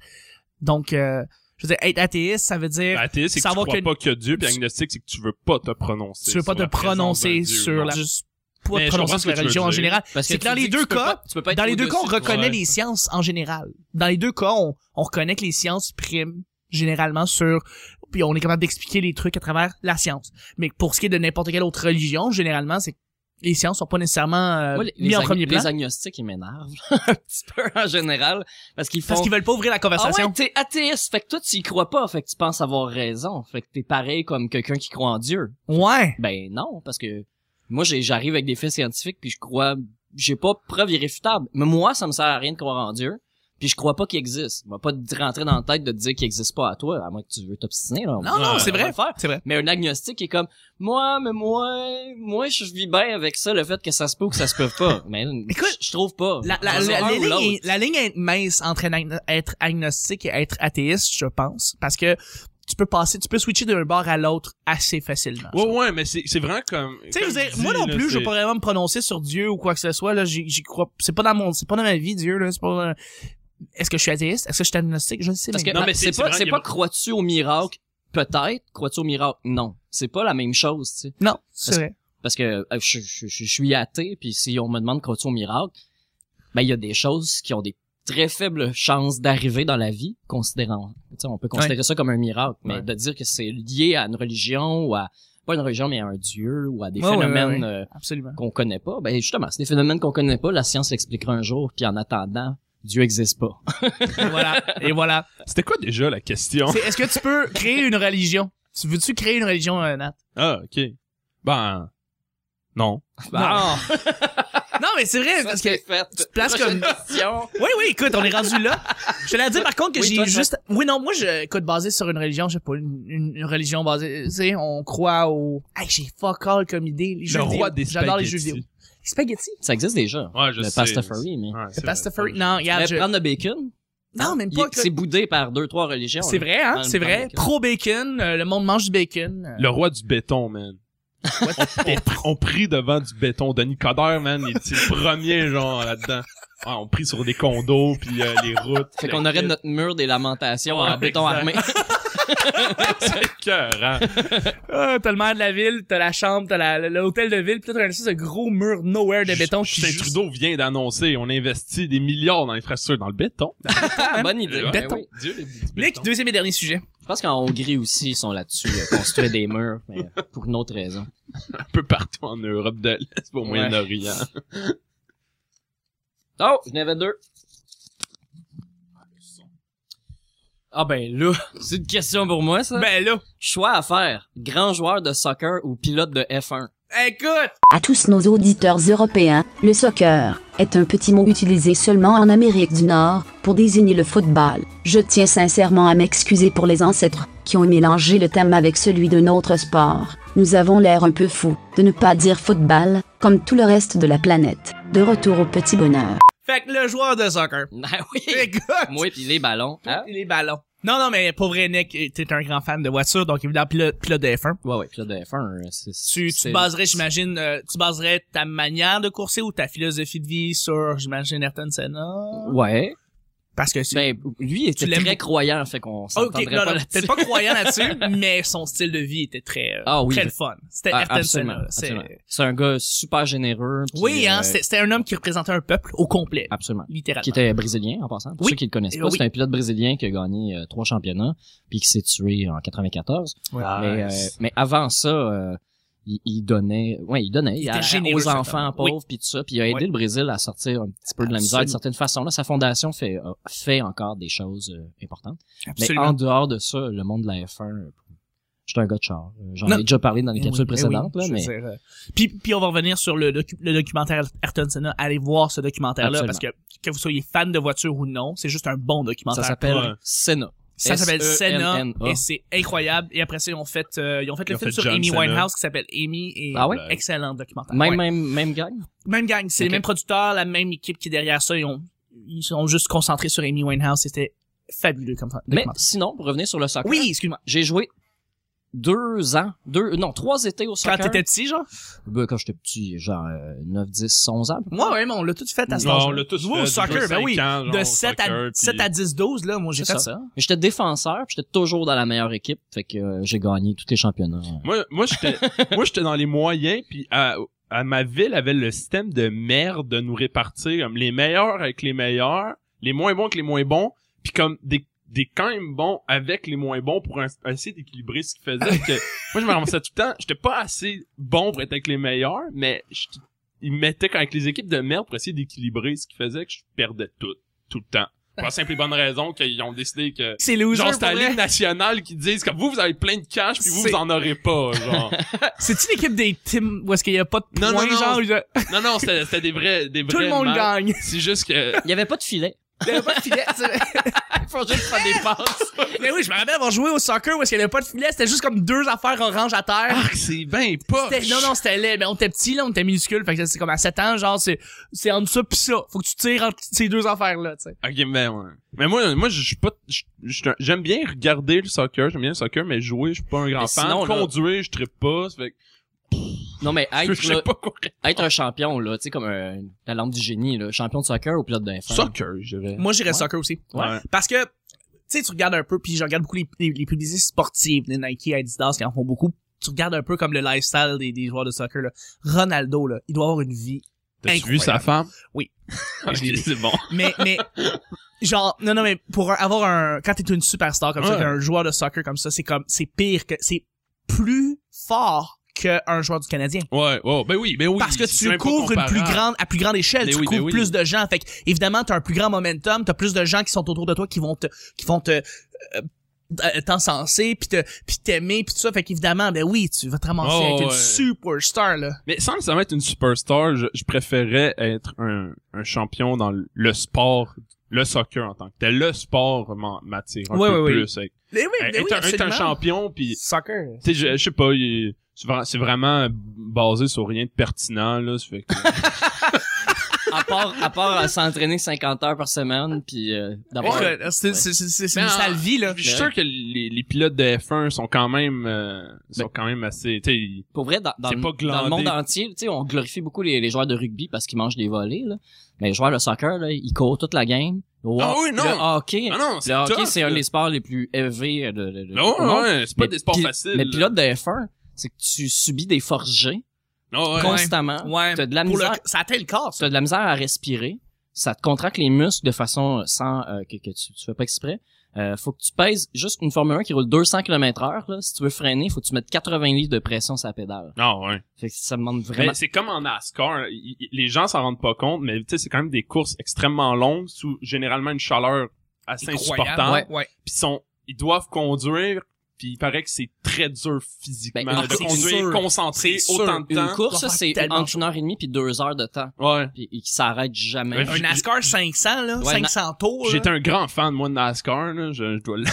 Speaker 2: donc euh, je veux dire, être athéiste, ça veut dire
Speaker 1: Ben, Athéiste, c'est que tu
Speaker 2: Savoir
Speaker 1: crois
Speaker 2: que-
Speaker 1: pas qu'il y a Dieu, puis agnostique, c'est que tu veux pas te prononcer.
Speaker 2: tu veux pas
Speaker 1: sur
Speaker 2: te
Speaker 1: la présence d'un
Speaker 2: prononcer
Speaker 1: Dieu,
Speaker 2: sur
Speaker 1: non.
Speaker 2: la juste pas
Speaker 1: Mais
Speaker 2: te
Speaker 1: je
Speaker 2: prononcer
Speaker 1: comprends
Speaker 2: sur la
Speaker 1: ce que tu veux
Speaker 2: religion en
Speaker 1: dire.
Speaker 2: général
Speaker 3: Parce
Speaker 2: c'est que
Speaker 3: tu
Speaker 2: dans
Speaker 3: dis
Speaker 2: les
Speaker 3: tu
Speaker 2: deux
Speaker 3: peux
Speaker 2: cas-
Speaker 3: pas- tu peux pas être
Speaker 2: dans les deux cas on
Speaker 3: au-dessus de toi.
Speaker 2: reconnaît
Speaker 1: ouais.
Speaker 2: les sciences en général dans les deux cas on, on reconnaît que les sciences priment généralement sur puis on est capable d'expliquer les trucs à travers la science mais pour ce qui est de n'importe quelle autre religion généralement c'est que les sciences sont pas nécessairement euh,
Speaker 3: Moi, les,
Speaker 2: mises
Speaker 3: les
Speaker 2: en
Speaker 3: ag-
Speaker 2: premier plan
Speaker 3: les agnostiques, ils m'énervent un petit peu en général parce qu'ils font
Speaker 2: parce qu'ils veulent pas ouvrir la
Speaker 3: Ah
Speaker 2: conversation
Speaker 3: ouais, t'es athéiste, fait que toi tu y crois pas, fait que tu penses avoir raison, fait que t'es pareil comme quelqu'un qui croit en Dieu.
Speaker 2: ouais
Speaker 3: Ben non, parce que moi j'ai- j'arrive avec des faits scientifiques puis je crois, j'ai pas preuve irréfutable. Mais moi ça me sert à rien de croire en Dieu, puis je crois pas qu'il existe. On va pas te rentrer dans la tête de te dire qu'il existe pas à toi, à moins que tu veux t'obstiner là.
Speaker 2: non non
Speaker 1: Ouais.
Speaker 2: c'est
Speaker 3: On va
Speaker 2: vrai
Speaker 3: le faire.
Speaker 2: c'est vrai
Speaker 3: Mais un agnostique est comme moi, mais moi, moi je vis bien avec ça, le fait que ça se peut ou que ça se peut pas. Mais
Speaker 2: Écoute,
Speaker 3: je je trouve pas.
Speaker 2: La, la,
Speaker 3: C'est
Speaker 2: la-
Speaker 3: un
Speaker 2: la
Speaker 3: ou l'autre.
Speaker 2: ligne est, la ligne est mince entre un agno- être agnostique et être athéiste, je pense, parce que tu peux passer, tu peux switcher d'un bord à l'autre assez facilement.
Speaker 1: Ouais, ouais, mais c'est c'est vraiment comme.
Speaker 2: Ah, Tu sais, je
Speaker 1: comme
Speaker 2: veux dire,
Speaker 1: dit,
Speaker 2: moi non
Speaker 1: là,
Speaker 2: plus, je
Speaker 1: c'est-
Speaker 2: vais pas vraiment me prononcer sur Dieu ou quoi que ce soit. Là, j'y j'y crois. C'est pas dans mon, c'est pas dans ma vie, Dieu. Là, c'est pas. dans- Est-ce que je suis athéiste Est-ce que je suis agnostique Je ne sais
Speaker 3: Parce que
Speaker 2: même
Speaker 1: Non,
Speaker 2: pas.
Speaker 1: mais
Speaker 3: c'est
Speaker 1: c'est- c'est
Speaker 3: pas,
Speaker 1: vrai
Speaker 3: c'est
Speaker 1: qu'il y
Speaker 3: pas
Speaker 1: a-
Speaker 3: crois-tu au miracle? Peut-être. Crois-tu au miracle? Non. C'est pas la même chose, tu sais.
Speaker 2: Non, c'est vrai.
Speaker 3: Parce que euh, je, je- je- je suis athée, puis si on me demande crois-tu au miracle, ben, il y a des choses qui ont des très faibles chances d'arriver dans la vie, considérant, tu sais, on peut considérer ça comme un miracle, mais
Speaker 1: Ouais.
Speaker 3: de dire que c'est lié à une religion ou à, pas une religion, mais à un dieu ou à des
Speaker 2: Ouais, ouais,
Speaker 3: phénomènes
Speaker 2: ouais,
Speaker 3: euh,
Speaker 2: Absolument.
Speaker 3: qu'on connaît pas, ben, justement, c'est des phénomènes qu'on connaît pas, la science l'expliquera un jour, puis en attendant, Dieu existe pas.
Speaker 2: Et voilà. Et voilà.
Speaker 1: C'était quoi déjà la question?
Speaker 2: C'est- Est-ce que tu peux créer une religion Tu veux-tu créer une religion, euh, Nat
Speaker 1: Ah, ok. Ben. Non.
Speaker 3: Bah,
Speaker 2: Non, mais c'est vrai parce que tu te places comme- Oui, oui, écoute, on est rendu là. Je te l'ai dit par contre que
Speaker 3: Oui,
Speaker 2: j'ai
Speaker 3: toi, toi.
Speaker 2: juste. Oui, non, moi, je, écoute, basé sur une religion, je sais pas, une, une- une religion basée. Tu sais, on croit au. Hey, j'ai fuck all comme idée. Les jeux
Speaker 1: le roi
Speaker 2: vidéo.
Speaker 1: des
Speaker 2: J'adore les jeux
Speaker 1: spaghettis.
Speaker 2: vidéo. Spaghetti?
Speaker 3: Ça existe déjà.
Speaker 1: Ouais, je
Speaker 3: le
Speaker 1: sais.
Speaker 3: pastafari, mais.
Speaker 1: Ouais, c'est
Speaker 2: C'est
Speaker 1: vrai.
Speaker 2: pas Stafford. Non, regarde,
Speaker 3: Mais
Speaker 2: je-
Speaker 3: prendre le bacon,
Speaker 2: Non, même
Speaker 3: il-
Speaker 2: pas. que-
Speaker 3: c'est boudé par deux, trois religions.
Speaker 2: C'est
Speaker 3: là.
Speaker 2: vrai, hein?
Speaker 3: Prendre-
Speaker 2: C'est
Speaker 3: prendre
Speaker 2: vrai.
Speaker 3: le bacon.
Speaker 2: Pro bacon. euh, le monde mange du bacon. euh,
Speaker 1: Le roi du béton, man. on, on, on prie devant du béton. Denis Coderre, man, il était le premier, genre, là-dedans. Ouais, on prie sur des condos, puis euh, les routes.
Speaker 3: Fait qu'on aurait notre mur des lamentations en
Speaker 1: Ouais,
Speaker 3: béton
Speaker 1: exact.
Speaker 3: armé.
Speaker 1: C'est écœurant.
Speaker 2: Ah, t'as le maire de la ville, t'as la chambre, t'as la- l'hôtel de ville, pis là, t'as un espèce de gros mur nowhere de béton qui
Speaker 1: Justin
Speaker 2: juste-
Speaker 1: Trudeau vient d'annoncer, on investit des milliards dans l'infrastructure, dans le béton.
Speaker 3: Bonne idée.
Speaker 1: Ouais,
Speaker 3: Ben
Speaker 2: béton.
Speaker 3: oui.
Speaker 1: Dieu, les petits
Speaker 2: Nick,
Speaker 1: bétons.
Speaker 2: deuxième et dernier sujet.
Speaker 3: Je pense qu'en Hongrie aussi, ils sont là-dessus, euh, construire des murs, mais euh, pour une autre raison.
Speaker 1: Un peu partout en Europe de l'Est, au
Speaker 3: Ouais.
Speaker 1: Moyen-Orient.
Speaker 3: Oh, je n'avais deux. Ah ben là, c'est une question pour moi, ça.
Speaker 2: Ben là,
Speaker 3: Choix à faire, grand joueur de soccer ou pilote de F1.
Speaker 2: écoute!
Speaker 4: À tous nos auditeurs européens, le soccer est un petit mot utilisé seulement en Amérique du Nord pour désigner le football. Je tiens sincèrement à m'excuser pour les ancêtres qui ont mélangé le thème avec celui d'un autre sport. Nous avons l'air un peu fous de ne pas dire football, comme tout le reste de la planète. De retour au petit bonheur.
Speaker 2: Fait que le joueur de soccer.
Speaker 3: Ah oui.
Speaker 2: Écoute!
Speaker 3: moi puis les ballons. hein.
Speaker 2: Et les ballons. Non, non, mais pour vrai, Nick, t'es un grand fan de voiture, donc évidemment, pilote, pilote de F1.
Speaker 3: Ouais, ouais, pilote de F1, euh, c'est...
Speaker 2: Tu, tu
Speaker 3: c'est-
Speaker 2: baserais, j'imagine, euh, tu baserais ta manière de courser ou ta philosophie de vie sur, j'imagine, Ayrton Senna.
Speaker 3: Ouais.
Speaker 2: Parce que c'est...
Speaker 3: Ben, lui, il était
Speaker 2: l'aimes Ah,
Speaker 3: très croyant, fait qu'on s'entendrait
Speaker 2: ok, non,
Speaker 3: pas
Speaker 2: non,
Speaker 3: là-dessus.
Speaker 2: t'es pas croyant là-dessus, mais son style de vie était très, euh,
Speaker 3: Ah oui,
Speaker 2: très
Speaker 3: je-
Speaker 2: le fun. C'était
Speaker 3: Ah,
Speaker 2: Ayrton
Speaker 3: absolument,
Speaker 2: Senna. C'est-
Speaker 3: absolument. C'est un gars super généreux. puis,
Speaker 2: Oui, hein,
Speaker 3: euh,
Speaker 2: c'était c'était un homme qui représentait un peuple au complet,
Speaker 3: Absolument.
Speaker 2: littéralement.
Speaker 3: Qui était brésilien, en passant. Pour
Speaker 2: Oui.
Speaker 3: ceux qui le connaissent
Speaker 2: Eh
Speaker 3: pas,
Speaker 2: oui.
Speaker 3: c'est un pilote brésilien qui a gagné euh, trois championnats, puis qui s'est tué en 94.
Speaker 2: Ah,
Speaker 3: Mais, euh, mais avant ça, euh, il, il donnait, ouais, il donnait
Speaker 2: Il
Speaker 3: à-
Speaker 2: était généreux,
Speaker 3: aux
Speaker 2: cet
Speaker 3: enfants
Speaker 2: homme.
Speaker 3: pauvres puis tout ça, puis il a aidé
Speaker 2: Ouais.
Speaker 3: le Brésil à sortir un petit peu de la misère
Speaker 2: Absolument.
Speaker 3: d'une certaine façon. Là, sa fondation fait euh, fait encore des choses euh, importantes.
Speaker 2: Absolument.
Speaker 3: Mais en dehors de ça, le monde de la F1, euh, j'étais un gars de char. Euh, J'en
Speaker 2: Non.
Speaker 3: ai déjà parlé dans les
Speaker 2: Eh
Speaker 3: capsules
Speaker 2: oui, eh oui,
Speaker 3: précédentes, là,
Speaker 2: je veux
Speaker 3: mais
Speaker 2: dire, euh, puis, puis on va revenir sur le, docu- le documentaire Ayrton Senna. Allez voir ce documentaire-là
Speaker 3: Absolument.
Speaker 2: parce que que vous soyez fan de voiture ou non, c'est juste un bon
Speaker 3: ça
Speaker 2: documentaire.
Speaker 1: Ouais.
Speaker 3: s'appelle E Senna.
Speaker 2: Ça s'appelle Senna
Speaker 3: S-E-N-N-A.
Speaker 2: et c'est incroyable. Et après ça, ils ont fait, euh, ils ont fait
Speaker 1: Ils
Speaker 2: le
Speaker 1: ont
Speaker 2: film
Speaker 1: fait
Speaker 2: sur
Speaker 1: John
Speaker 2: Amy
Speaker 1: Senna.
Speaker 2: Winehouse qui s'appelle Amy et
Speaker 3: Ah ouais?
Speaker 2: excellent documentaire.
Speaker 3: Même,
Speaker 2: Ouais.
Speaker 3: même, même gang.
Speaker 2: Même gang, c'est
Speaker 3: Ok.
Speaker 2: les mêmes producteurs, la même équipe qui est derrière ça. Ils ont ils sont juste concentrés sur Amy Winehouse. C'était fabuleux comme ça.
Speaker 3: Mais sinon, pour revenir sur le soccer,
Speaker 2: oui, excuse-moi.
Speaker 3: j'ai joué deux ans, deux, non, trois étés au
Speaker 2: Quand
Speaker 3: soccer.
Speaker 2: t'étais petit, genre?
Speaker 3: Ben, quand j'étais petit, genre euh, 9, 10, 11 ans.
Speaker 2: Moi, ouais, mais on l'a tout fait à ce
Speaker 1: Non,
Speaker 2: âge-là.
Speaker 1: on l'a tous
Speaker 2: Jouer
Speaker 1: fait,
Speaker 2: au
Speaker 1: du
Speaker 2: soccer,
Speaker 1: jeu
Speaker 2: ben
Speaker 1: cinq
Speaker 2: oui.
Speaker 1: ans, genre,
Speaker 2: de
Speaker 1: au
Speaker 2: 7
Speaker 1: soccer,
Speaker 2: à,
Speaker 1: puis-
Speaker 2: 7 à 10, 12, là, moi, j'ai
Speaker 3: C'est
Speaker 2: fait ça.
Speaker 3: ça. Mais J'étais défenseur, puis j'étais toujours dans la meilleure équipe, fait que euh, j'ai gagné tous les championnats.
Speaker 1: Moi, moi j'étais, moi j'étais dans les moyens, puis à, à ma ville avait le système de merde de nous répartir comme les meilleurs avec les meilleurs, les moins bons avec les moins bons, puis comme des des quand même bons avec les moins bons pour un- essayer d'équilibrer ce qui faisait que moi je me ramassais tout le temps, j'étais pas assez bon pour être avec les meilleurs, mais je- ils me mettaient avec les équipes de merde pour essayer d'équilibrer ce qui faisait que je perdais tout tout le temps. Pour la simple et bonne raison qu'ils ont décidé que
Speaker 2: C'est les
Speaker 1: genre
Speaker 2: losers,
Speaker 1: c'est la
Speaker 2: pour vrai.
Speaker 1: ligue nationale qui disent comme vous vous avez plein de cash puis vous
Speaker 2: C'est-
Speaker 1: vous en aurez pas genre.
Speaker 2: C'est-tu l'équipe des teams où est-ce qu'il y a pas de points,
Speaker 1: Non, non, non.
Speaker 2: genre, où il y a-
Speaker 1: Non, non, c'était c'était des vrais, des
Speaker 2: tout
Speaker 1: vrais
Speaker 2: le monde
Speaker 1: matchs.
Speaker 2: gagne?
Speaker 1: C'est juste que.
Speaker 3: Il y avait pas de filet. Il faut juste faire des passes.
Speaker 2: Mais oui, je me rappelle avoir joué au soccer où est-ce qu'il y avait pas de filet, c'était juste comme deux affaires orange à terre.
Speaker 1: Ah, c'est ben pas.
Speaker 2: C'était- non, non, c'était laid. Mais on était petit, là, on était minuscule. Fait que c'est comme à 7 ans, genre, c'est, c'est entre ça pis ça. Faut que tu tires entre ces deux affaires-là, tu sais.
Speaker 1: Ok, mais ouais. Mais moi, moi, je suis pas. je- je- J'aime bien regarder le soccer, j'aime bien le soccer, mais jouer, je suis pas un grand
Speaker 3: Mais
Speaker 1: fan.
Speaker 3: sinon, là-
Speaker 1: Conduire, je trippe pas. ça Fait que
Speaker 3: Non, mais
Speaker 1: je
Speaker 3: être,
Speaker 1: sais
Speaker 3: là,
Speaker 1: pas quoi.
Speaker 3: être un champion, là, tu sais, comme un, la lampe du génie, là, champion de soccer ou pilote de F1.
Speaker 1: Soccer, je dirais.
Speaker 2: Moi, j'irais
Speaker 3: Ouais.
Speaker 2: soccer aussi.
Speaker 1: Ouais.
Speaker 2: Parce que, tu sais, tu regardes un peu, puis je regarde beaucoup les, les, les publicités sportives, les Nike, Adidas, qui en font beaucoup. Tu regardes un peu comme le lifestyle des, des joueurs de soccer, là. Ronaldo, là, il doit avoir une vie.
Speaker 1: T'as-tu vu
Speaker 2: incroyable.
Speaker 1: sa femme?
Speaker 2: Oui.
Speaker 1: Ok, c'est bon.
Speaker 2: Mais, mais, genre, non, non, mais pour un- avoir un, quand t'es une superstar comme ça,
Speaker 1: Ouais.
Speaker 2: qu'un joueur de soccer comme ça, c'est comme, c'est pire que, c'est plus fort qu'un joueur du Canadien.
Speaker 1: Ouais, ouais, ben oui, ben oui.
Speaker 2: parce que
Speaker 1: c'est même
Speaker 2: tu
Speaker 1: pas
Speaker 2: couvres une plus
Speaker 1: comparable.
Speaker 2: grande à plus grande échelle
Speaker 1: Mais
Speaker 2: tu
Speaker 1: oui, mais
Speaker 2: couvres
Speaker 1: oui.
Speaker 2: plus de gens fait que, évidemment t'as un plus grand momentum t'as plus de gens qui sont autour de toi qui vont te qui vont te euh, euh, t'encenser puis te puis t'aimer puis tout ça fait qu'évidemment ben oui tu vas te ramasser
Speaker 1: Oh,
Speaker 2: avec une
Speaker 1: ouais.
Speaker 2: superstar là
Speaker 1: Mais sans nécessairement être une superstar, je, je préférais être un, un champion dans le- le sport, le soccer en tant que tel. Le sport m'en- m'attire un
Speaker 2: Ouais,
Speaker 1: peu
Speaker 2: ouais,
Speaker 1: plus. Avec,
Speaker 2: mais oui
Speaker 1: être, Ben, un- être un champion, puis
Speaker 2: soccer
Speaker 1: tu sais, je, je sais pas, il- c'est vra- c'est vraiment basé sur rien de pertinent là. Ça fait que-
Speaker 3: À part, à part euh, s'entraîner 50 heures par semaine, puis euh, d'avoir...
Speaker 1: Ouais.
Speaker 2: c'est c'est- c'est- c'est
Speaker 1: Mais
Speaker 2: une
Speaker 1: en-
Speaker 2: sale vie là
Speaker 1: je suis sûr que les, les pilotes de F1 sont quand même, euh, sont
Speaker 3: Ben-
Speaker 1: quand même assez. tu sais, ils-
Speaker 3: Pour vrai, dans, dans,
Speaker 1: C'est
Speaker 3: le,
Speaker 1: pas
Speaker 3: dans le monde
Speaker 1: glandé.
Speaker 3: entier, tu sais, on glorifie beaucoup les, les joueurs de rugby parce qu'ils mangent des volets, là. Mais les joueurs de soccer, là, ils courent toute la game. Le
Speaker 1: Ah
Speaker 3: ho-
Speaker 1: oui, non.
Speaker 3: Le hockey,
Speaker 1: Ah non,
Speaker 3: le hockey,
Speaker 1: tough,
Speaker 3: c'est un
Speaker 1: là.
Speaker 3: des sports les plus élevés euh, de, de, de-
Speaker 1: Ben
Speaker 3: au monde.
Speaker 1: ouais, ouais, c'est pas
Speaker 3: Mais
Speaker 1: des sports
Speaker 3: pi-
Speaker 1: faciles.
Speaker 3: Mais pilote de F1, c'est que tu subis des forces G
Speaker 1: Ah ouais.
Speaker 3: constamment.
Speaker 2: ouais
Speaker 3: T'as de la
Speaker 2: pour le-
Speaker 3: misère.
Speaker 2: ça atteint le corps ça
Speaker 3: T'as de la misère à respirer. Ça te contracte les muscles de façon euh, sans euh, que, que tu, tu fais pas exprès. Euh, faut que tu pèses juste une Formule 1 qui roule 200 km heure. Là, si tu veux freiner, faut que tu mettes 80 livres de pression sur la pédale.
Speaker 1: Ah ouais.
Speaker 3: Fait que ça demande
Speaker 1: Mais
Speaker 3: vraiment...
Speaker 1: c'est comme en NASCAR, il- il- les gens s'en rendent pas compte, mais tu sais, c'est quand même des courses extrêmement longues sous généralement une chaleur assez insupportable.
Speaker 2: incroyable ouais
Speaker 1: Puis sont, ils doivent conduire, puis il paraît que c'est très dur physiquement
Speaker 3: Ben,
Speaker 1: de
Speaker 2: c'est
Speaker 1: conduire
Speaker 2: sûr.
Speaker 1: concentré
Speaker 2: C'est sûr.
Speaker 1: autant de
Speaker 3: Une
Speaker 1: temps.
Speaker 3: course,
Speaker 2: doit
Speaker 3: ça,
Speaker 2: faire
Speaker 3: c'est
Speaker 2: tellement
Speaker 3: entre une heure et demie puis deux heures de temps.
Speaker 1: Ouais.
Speaker 3: Puis et qui s'arrête jamais.
Speaker 1: Ouais.
Speaker 2: un NASCAR 500 là
Speaker 3: Ouais,
Speaker 2: 500 tours là.
Speaker 1: J'étais un grand fan moi de NASCAR là, je, je dois le-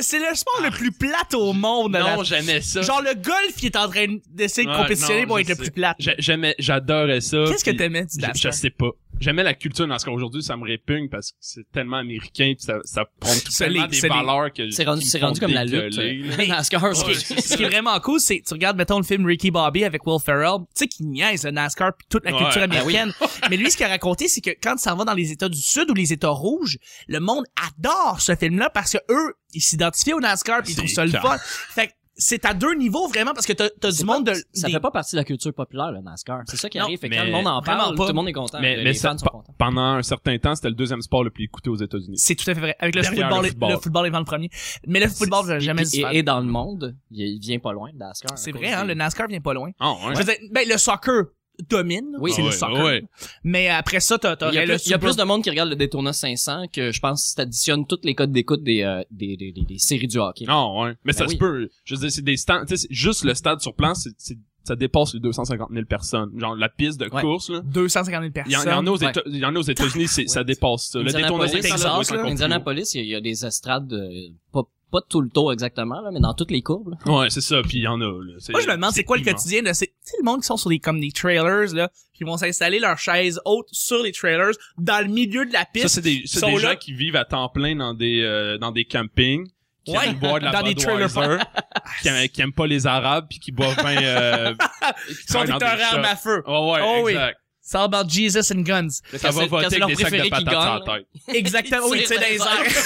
Speaker 2: c'est le sport le plus plate au monde la
Speaker 1: Ah, Non, j'aimais ça.
Speaker 2: Ben, Genre le golf, il est en train d'essayer de
Speaker 1: Ouais,
Speaker 2: compétitionner
Speaker 1: non,
Speaker 2: pour
Speaker 1: je
Speaker 2: être le
Speaker 1: sais.
Speaker 2: plus plate.
Speaker 1: J'ai- J'aimais j'adorais ça.
Speaker 2: Qu'est-ce que
Speaker 1: puis
Speaker 2: t'aimais du
Speaker 1: je, je
Speaker 2: NASCAR?
Speaker 1: sais pas. j'aimais la culture dans ce qu'aujourd'hui ça me répugne parce que c'est tellement américain puis ça ça prend tout
Speaker 2: C'est
Speaker 1: tellement
Speaker 2: les-
Speaker 1: des
Speaker 2: c'est les-
Speaker 1: valeurs que
Speaker 3: C'est rendu,
Speaker 1: qui me
Speaker 3: c'est
Speaker 1: font
Speaker 3: rendu comme la lutte.
Speaker 1: dégueuler, là.
Speaker 3: euh, dans Scar,
Speaker 1: Ouais,
Speaker 3: ce qui-
Speaker 1: c'est
Speaker 2: Ce qui est vraiment cool, c'est tu regardes mettons le film Ricky Bobby avec Will Ferrell, tu sais qu'il niaise le NASCAR puis toute la
Speaker 1: Ouais,
Speaker 2: culture
Speaker 1: ah
Speaker 2: américaine. Mais lui, ce qu'il a raconté, c'est que quand ça va dans les États du Sud ou les États rouges, le monde adore ce film-là parce que eux, ils s'identifient au NASCAR puis ils
Speaker 1: C'est
Speaker 2: trouvent ça le
Speaker 1: clair.
Speaker 2: fun. Fait que c'est à deux niveaux vraiment parce que t'as t'as du
Speaker 3: c'est
Speaker 2: monde
Speaker 3: pas-
Speaker 2: de
Speaker 3: ça
Speaker 2: des-
Speaker 3: fait pas partie de la culture populaire, le NASCAR. C'est ça qui
Speaker 2: Non,
Speaker 3: arrive. Fait que
Speaker 1: mais
Speaker 3: quand le monde en
Speaker 2: vraiment
Speaker 3: parle,
Speaker 2: pas.
Speaker 3: tout le monde est content.
Speaker 1: mais
Speaker 3: les
Speaker 1: mais ça,
Speaker 3: fans sont
Speaker 1: pe-
Speaker 3: contents.
Speaker 1: pendant un certain temps c'était le deuxième sport le plus écouté aux États-Unis
Speaker 2: C'est tout à fait vrai. Avec le
Speaker 1: Derrière
Speaker 2: football,
Speaker 1: le
Speaker 2: le
Speaker 1: football.
Speaker 2: football, est devant le premier. Mais le football, j'ai jamais
Speaker 3: Puis-
Speaker 2: dit.
Speaker 3: et, et dans le monde, il il vient pas loin de NASCAR.
Speaker 2: C'est
Speaker 3: à cause
Speaker 2: vrai, hein,
Speaker 3: des-
Speaker 2: le NASCAR vient pas loin.
Speaker 1: Ah, ouais.
Speaker 2: Je veux dire, ben, le soccer domine.
Speaker 3: Oui.
Speaker 2: c'est
Speaker 1: Ah
Speaker 2: le
Speaker 1: ouais,
Speaker 2: soccer.
Speaker 1: ouais.
Speaker 2: Mais après ça, t'as, t'as
Speaker 3: Il y a,
Speaker 2: le
Speaker 3: plus, il y a
Speaker 2: Super-
Speaker 3: plus de monde qui regarde le Daytona 500 que je pense si t'additionnes toutes les codes d'écoute des, euh, des, des, des, des séries du hockey.
Speaker 1: Ah ouais. Mais ça
Speaker 3: Ben
Speaker 1: se
Speaker 3: oui.
Speaker 1: peut. Je veux dire, c'est des stands. tu sais, c'est juste le stade sur plan, c'est, c'est- ça dépasse les 250 000 personnes. Genre la piste de
Speaker 3: Ouais.
Speaker 1: course, là.
Speaker 2: 250 000
Speaker 1: Il y, en, il y
Speaker 2: personnes.
Speaker 1: en a aux
Speaker 3: Ouais.
Speaker 1: Éta- il y en a aux États-Unis, c'est, ça dépasse ça. Le Daytona
Speaker 3: Indianapolis,
Speaker 1: 500,
Speaker 3: Texas,
Speaker 1: là, c'est
Speaker 3: là,
Speaker 1: encore plus
Speaker 3: Indianapolis, il y, a- il y a des estrades, euh, pas, pas tout le tour exactement, là, mais dans toutes les courbes. là.
Speaker 1: haut. Ouais, c'est ça. Puis il y en a. Là. C'est-
Speaker 2: Moi, je me demande, c'est quoi le
Speaker 1: immense.
Speaker 2: quotidien de ces, tu sais, le monde qui sont sur des, comme des trailers, là, qui vont s'installer leurs chaises hautes sur les trailers, dans le milieu de la
Speaker 1: Ça,
Speaker 2: piste.
Speaker 1: c'est des, c'est
Speaker 2: sont
Speaker 1: des
Speaker 2: là.
Speaker 1: gens qui vivent à temps plein dans des, euh, dans des campings. Qui
Speaker 2: Ouais,
Speaker 1: aiment boire de la
Speaker 2: dans des trailer
Speaker 1: Budweiser, qui, aiment, qui aiment pas les Arabes puis qui boivent ben, euh, qui
Speaker 2: Ils sont
Speaker 1: travaillent dans
Speaker 2: des
Speaker 1: des
Speaker 2: armes
Speaker 1: shops.
Speaker 2: à feu.
Speaker 1: Ouais, ouais,
Speaker 2: Oh oui.
Speaker 1: exact.
Speaker 2: It's all about Jesus and guns.
Speaker 1: Ça
Speaker 3: Quand
Speaker 1: va
Speaker 3: c'est- quand
Speaker 1: voter
Speaker 3: c'est
Speaker 1: avec
Speaker 3: leur
Speaker 1: des sacs de
Speaker 3: préféré qui
Speaker 1: patates
Speaker 3: gagne,
Speaker 1: sur
Speaker 3: là.
Speaker 1: la tête.
Speaker 2: Exactement, oui, tu sais, dans les airs.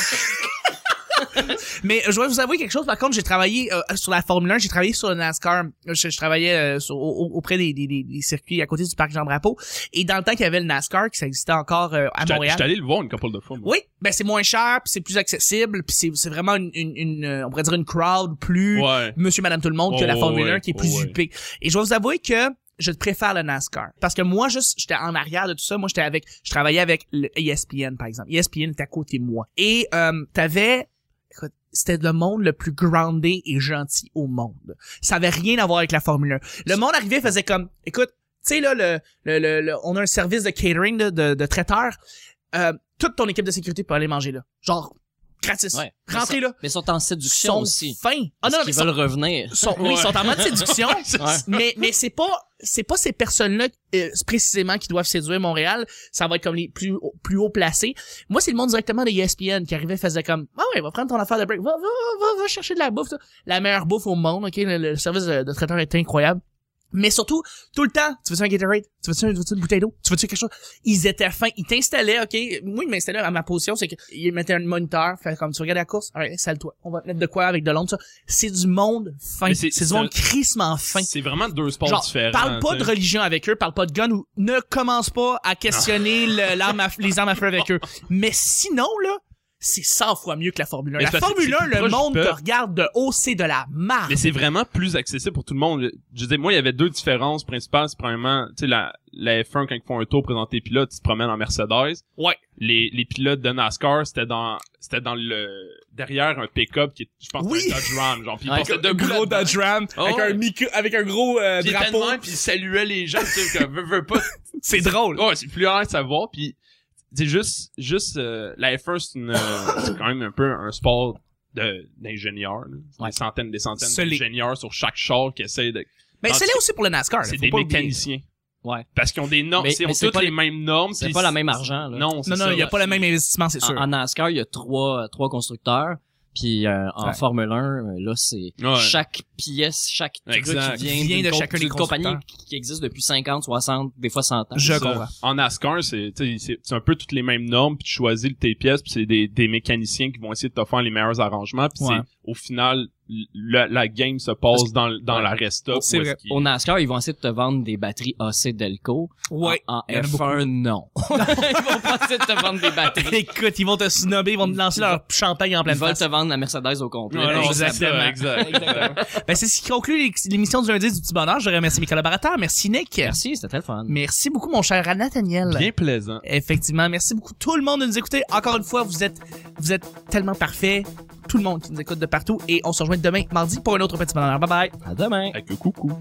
Speaker 2: Mais euh, je vais vous avouer quelque chose. Par contre, j'ai travaillé euh, sur la Formule 1, j'ai travaillé sur le NASCAR. Je, je travaillais euh, sur- au- au- auprès des, des, des- des circuits à côté du parc Jean-Drapeau. Et dans le temps qu'il y avait le NASCAR, qui ça existait encore euh, à
Speaker 1: J'étais
Speaker 2: Montréal.
Speaker 1: j'étais allé le voir une couple de fois. moi.
Speaker 2: Oui, ben c'est moins cher, puis c'est plus accessible, puis c'est c'est vraiment une, une, une, euh, on pourrait dire une crowd plus
Speaker 1: Ouais.
Speaker 2: monsieur madame tout le monde que
Speaker 1: Oh,
Speaker 2: la Formule
Speaker 1: ouais,
Speaker 2: 1 qui est plus
Speaker 1: oh, ouais.
Speaker 2: huppée. Et je vais vous avouer que je préfère le NASCAR parce que moi juste j'étais en arrière de tout ça, moi j'étais avec je travaillais avec le E ESPN par exemple. ESPN était à côté de moi et euh, t'avais écoute, c'était le monde le plus groundé et gentil au monde. Ça avait rien à voir avec la Formule 1. Le monde arrivait faisait comme écoute, tu sais là le, le, le, le- on a un service de catering là, de de traiteur euh, toute ton équipe de sécurité peut aller manger là. Genre gratis.
Speaker 3: Ouais.
Speaker 2: Rentrez là.
Speaker 3: Mais ils sont en séduction
Speaker 2: Sont
Speaker 3: aussi.
Speaker 2: fins. Ah
Speaker 3: Parce
Speaker 2: non, non, mais
Speaker 3: qu'ils
Speaker 2: sont-
Speaker 3: veulent revenir.
Speaker 2: sont, oui, ils sont en mode séduction.
Speaker 3: Ouais.
Speaker 2: Mais, mais c'est pas, c'est pas ces personnes-là, euh, précisément, qui doivent séduire Montréal. Ça va être comme les plus, plus haut placés. Moi, c'est le monde directement E de ESPN qui arrivait, faisait comme, ah ouais, va prendre ton affaire de break. Va, va, va, va chercher de la bouffe, toi. La meilleure bouffe au monde, ok? Le, le service de, de traiteur était incroyable. Mais surtout, tout le temps, tu veux-tu un Gatorade? Tu veux-tu un- tu veux-tu une bouteille d'eau? Tu veux-tu quelque chose? Ils étaient fins. Ils t'installaient, OK? Moi, ils m'installaient à ma position, c'est qu'ils mettaient un moniteur, fait comme tu regardes la course, allez, sale-toi. On va te mettre de quoi avec de l'ombre, ça. C'est du monde fin.
Speaker 1: Mais c'est-
Speaker 2: C'est du
Speaker 1: c'est un-
Speaker 2: monde crissement fin.
Speaker 1: C'est vraiment deux sports
Speaker 2: Genre,
Speaker 1: différents.
Speaker 2: parle pas
Speaker 1: tu sais.
Speaker 2: de religion avec eux, parle pas de gun ou ne commence pas à questionner le- l'arme à f- les armes à feu avec eux. Mais sinon, là, c'est 100 fois mieux que la Formule 1.
Speaker 1: Mais
Speaker 2: la
Speaker 1: c'est parce que
Speaker 2: Formule
Speaker 1: c'est
Speaker 2: 1,
Speaker 1: plus
Speaker 2: le
Speaker 1: proche du
Speaker 2: monde te
Speaker 1: peuple.
Speaker 2: regarde de haut, c'est de la marque.
Speaker 1: Mais c'est vraiment plus accessible pour tout le monde. Je disais, moi, il y avait deux différences principales. C'est premièrement, tu sais, la, la F1, quand ils font un tour présenté pilotes, ils se promènent en Mercedes.
Speaker 2: Ouais.
Speaker 1: Les, les pilotes de NASCAR, c'était dans, c'était dans le, derrière un pick-up qui est, je pense,
Speaker 2: Oui.
Speaker 1: un Dodge Ram, genre, pis ils
Speaker 3: Ouais.
Speaker 1: passaient debout là-dedans.
Speaker 2: Dodge Ram,
Speaker 1: Oh, ouais.
Speaker 2: micro- avec un gros euh,
Speaker 1: Pis ils étaient de même, pis ils saluaient les gens, tu sais, que veux, veux pas.
Speaker 2: C'est drôle.
Speaker 1: Ouais, c'est plus rare de savoir, pis, c'est juste, juste, euh, la F1, c'est une, euh, c'est quand même un peu un sport de, d'ingénieurs, là. C'est
Speaker 3: Ouais.
Speaker 1: Des centaines, des centaines
Speaker 2: Solide.
Speaker 1: d'ingénieurs sur chaque char qui essayent de
Speaker 2: Mais
Speaker 1: Ah,
Speaker 2: c'est là aussi pour le NASCAR. là,
Speaker 1: c'est
Speaker 2: faut
Speaker 1: des
Speaker 2: pas oublier.
Speaker 1: mécaniciens.
Speaker 3: Ouais.
Speaker 1: Parce qu'ils ont des normes,
Speaker 3: Mais-
Speaker 1: ils
Speaker 3: mais
Speaker 1: ont
Speaker 3: c'est
Speaker 1: toutes
Speaker 3: pas
Speaker 1: les
Speaker 3: le-
Speaker 1: mêmes normes.
Speaker 3: c'est
Speaker 1: puis
Speaker 3: pas la même argent, là.
Speaker 1: Non, c'est
Speaker 2: Non, non,
Speaker 1: ça,
Speaker 2: il n'y a
Speaker 1: ouais. Ah,
Speaker 2: pas le même investissement, c'est
Speaker 3: En,
Speaker 2: sûr.
Speaker 3: en NASCAR, il y a trois, trois constructeurs. Puis euh, en
Speaker 2: Ouais.
Speaker 3: Formule 1, euh, là, c'est
Speaker 1: Ouais.
Speaker 3: chaque pièce, chaque truc
Speaker 1: Exact.
Speaker 3: qui vient,
Speaker 2: Vient
Speaker 3: d'une
Speaker 2: de
Speaker 3: co-
Speaker 2: chacun des
Speaker 3: d'une compagnie
Speaker 2: constructeurs.
Speaker 3: qui, qui existe depuis 50, 60, des fois 100 ans.
Speaker 2: Je
Speaker 1: C'est ça.
Speaker 2: comprends.
Speaker 1: En NASCAR, c'est, tu sais, c'est c'est un peu toutes les mêmes normes, puis tu choisis tes pièces, puis c'est des, des mécaniciens qui vont essayer de te faire les meilleurs arrangements, puis
Speaker 2: Ouais.
Speaker 1: c'est, au final, l- la, la game se passe dans, l- dans
Speaker 3: Ouais.
Speaker 1: la resta.
Speaker 2: C'est
Speaker 1: où est-ce
Speaker 2: vrai.
Speaker 1: qu'il-
Speaker 3: Au NASCAR, ils vont essayer de te vendre des batteries AC Delco.
Speaker 1: ah.
Speaker 2: Ouais.
Speaker 3: En, en
Speaker 2: Il y en a
Speaker 3: F1, non. ils vont pas essayer de te vendre des batteries.
Speaker 2: Écoute, ils vont te snobber, ils vont te lancer leur champagne en
Speaker 3: Ils
Speaker 2: pleine
Speaker 3: veulent
Speaker 2: face.
Speaker 3: te vendre la Mercedes au complet.
Speaker 1: Ouais, non, c'est
Speaker 2: Exactement.
Speaker 1: ça, exact.
Speaker 2: Ben, c'est ce qui conclut l'é- l'émission du lundi du petit bonheur. Je remercie mes collaborateurs. Merci Nick.
Speaker 3: Merci, c'était très fun.
Speaker 2: Merci beaucoup, mon cher Nathaniel.
Speaker 1: Bien plaisant.
Speaker 2: Effectivement, merci beaucoup tout le monde de nous écouter. Encore une fois, vous êtes, vous êtes tellement parfaits. Tout le monde qui nous écoute de partout. Et on se rejoint demain, mardi, pour un autre petit bonheur. Bye bye.
Speaker 3: À demain.
Speaker 1: Avec le coucou.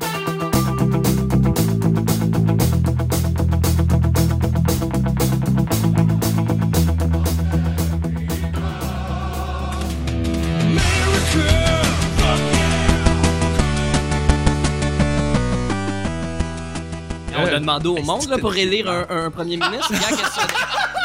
Speaker 3: on a demandé au monde là, pour élire un, un premier ministre. Bien questionné.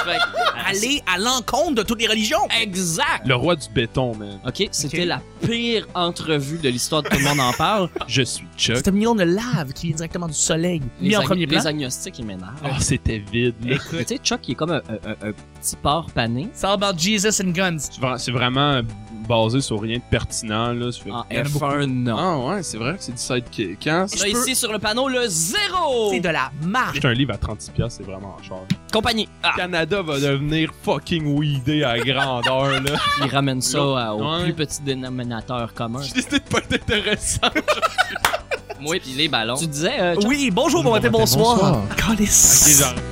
Speaker 3: Fait que,
Speaker 2: Aller à l'encontre de toutes les religions.
Speaker 3: Exact!
Speaker 1: Le roi du béton, man.
Speaker 3: OK, c'était la pire entrevue de l'histoire de Tout le monde en parle.
Speaker 1: Je suis Chuck.
Speaker 2: C'est un million de lave qui vient directement du soleil.
Speaker 3: Les,
Speaker 2: Mis en
Speaker 3: ag-
Speaker 2: premier plan.
Speaker 3: les agnostiques, ils m'énervent.
Speaker 1: Ah, c'était vide, là.
Speaker 3: Tu sais, Chuck, il est comme un, un- un- un petit porc pané.
Speaker 2: It's all about Jesus and guns.
Speaker 1: C'est vra- C'est vraiment basé sur rien de pertinent, là. Ça fait-
Speaker 3: En
Speaker 1: Il y en a beaucoup.
Speaker 3: F1, non.
Speaker 1: Ah, ouais, c'est vrai que c'est du sidekick. hein? Quand
Speaker 3: Là, ici, sur le panneau, le zéro!
Speaker 2: C'est de la marge.
Speaker 1: J'ai un livre à 36$, c'est vraiment cher.
Speaker 3: Compagnie. Ah,
Speaker 1: Canada va devenir fucking weedé à grandeur, là.
Speaker 3: il ramène ça
Speaker 1: L'autre.
Speaker 3: à- au
Speaker 1: Ouais.
Speaker 3: plus petit dénominateur commun.
Speaker 1: J'ai décidé de pas être intéressant.
Speaker 3: Moi, puis les ballons. Tu disais, euh, Chuck,
Speaker 2: Oui, bonjour, bon matin, bonsoir. Calisse.
Speaker 1: Ok, genre,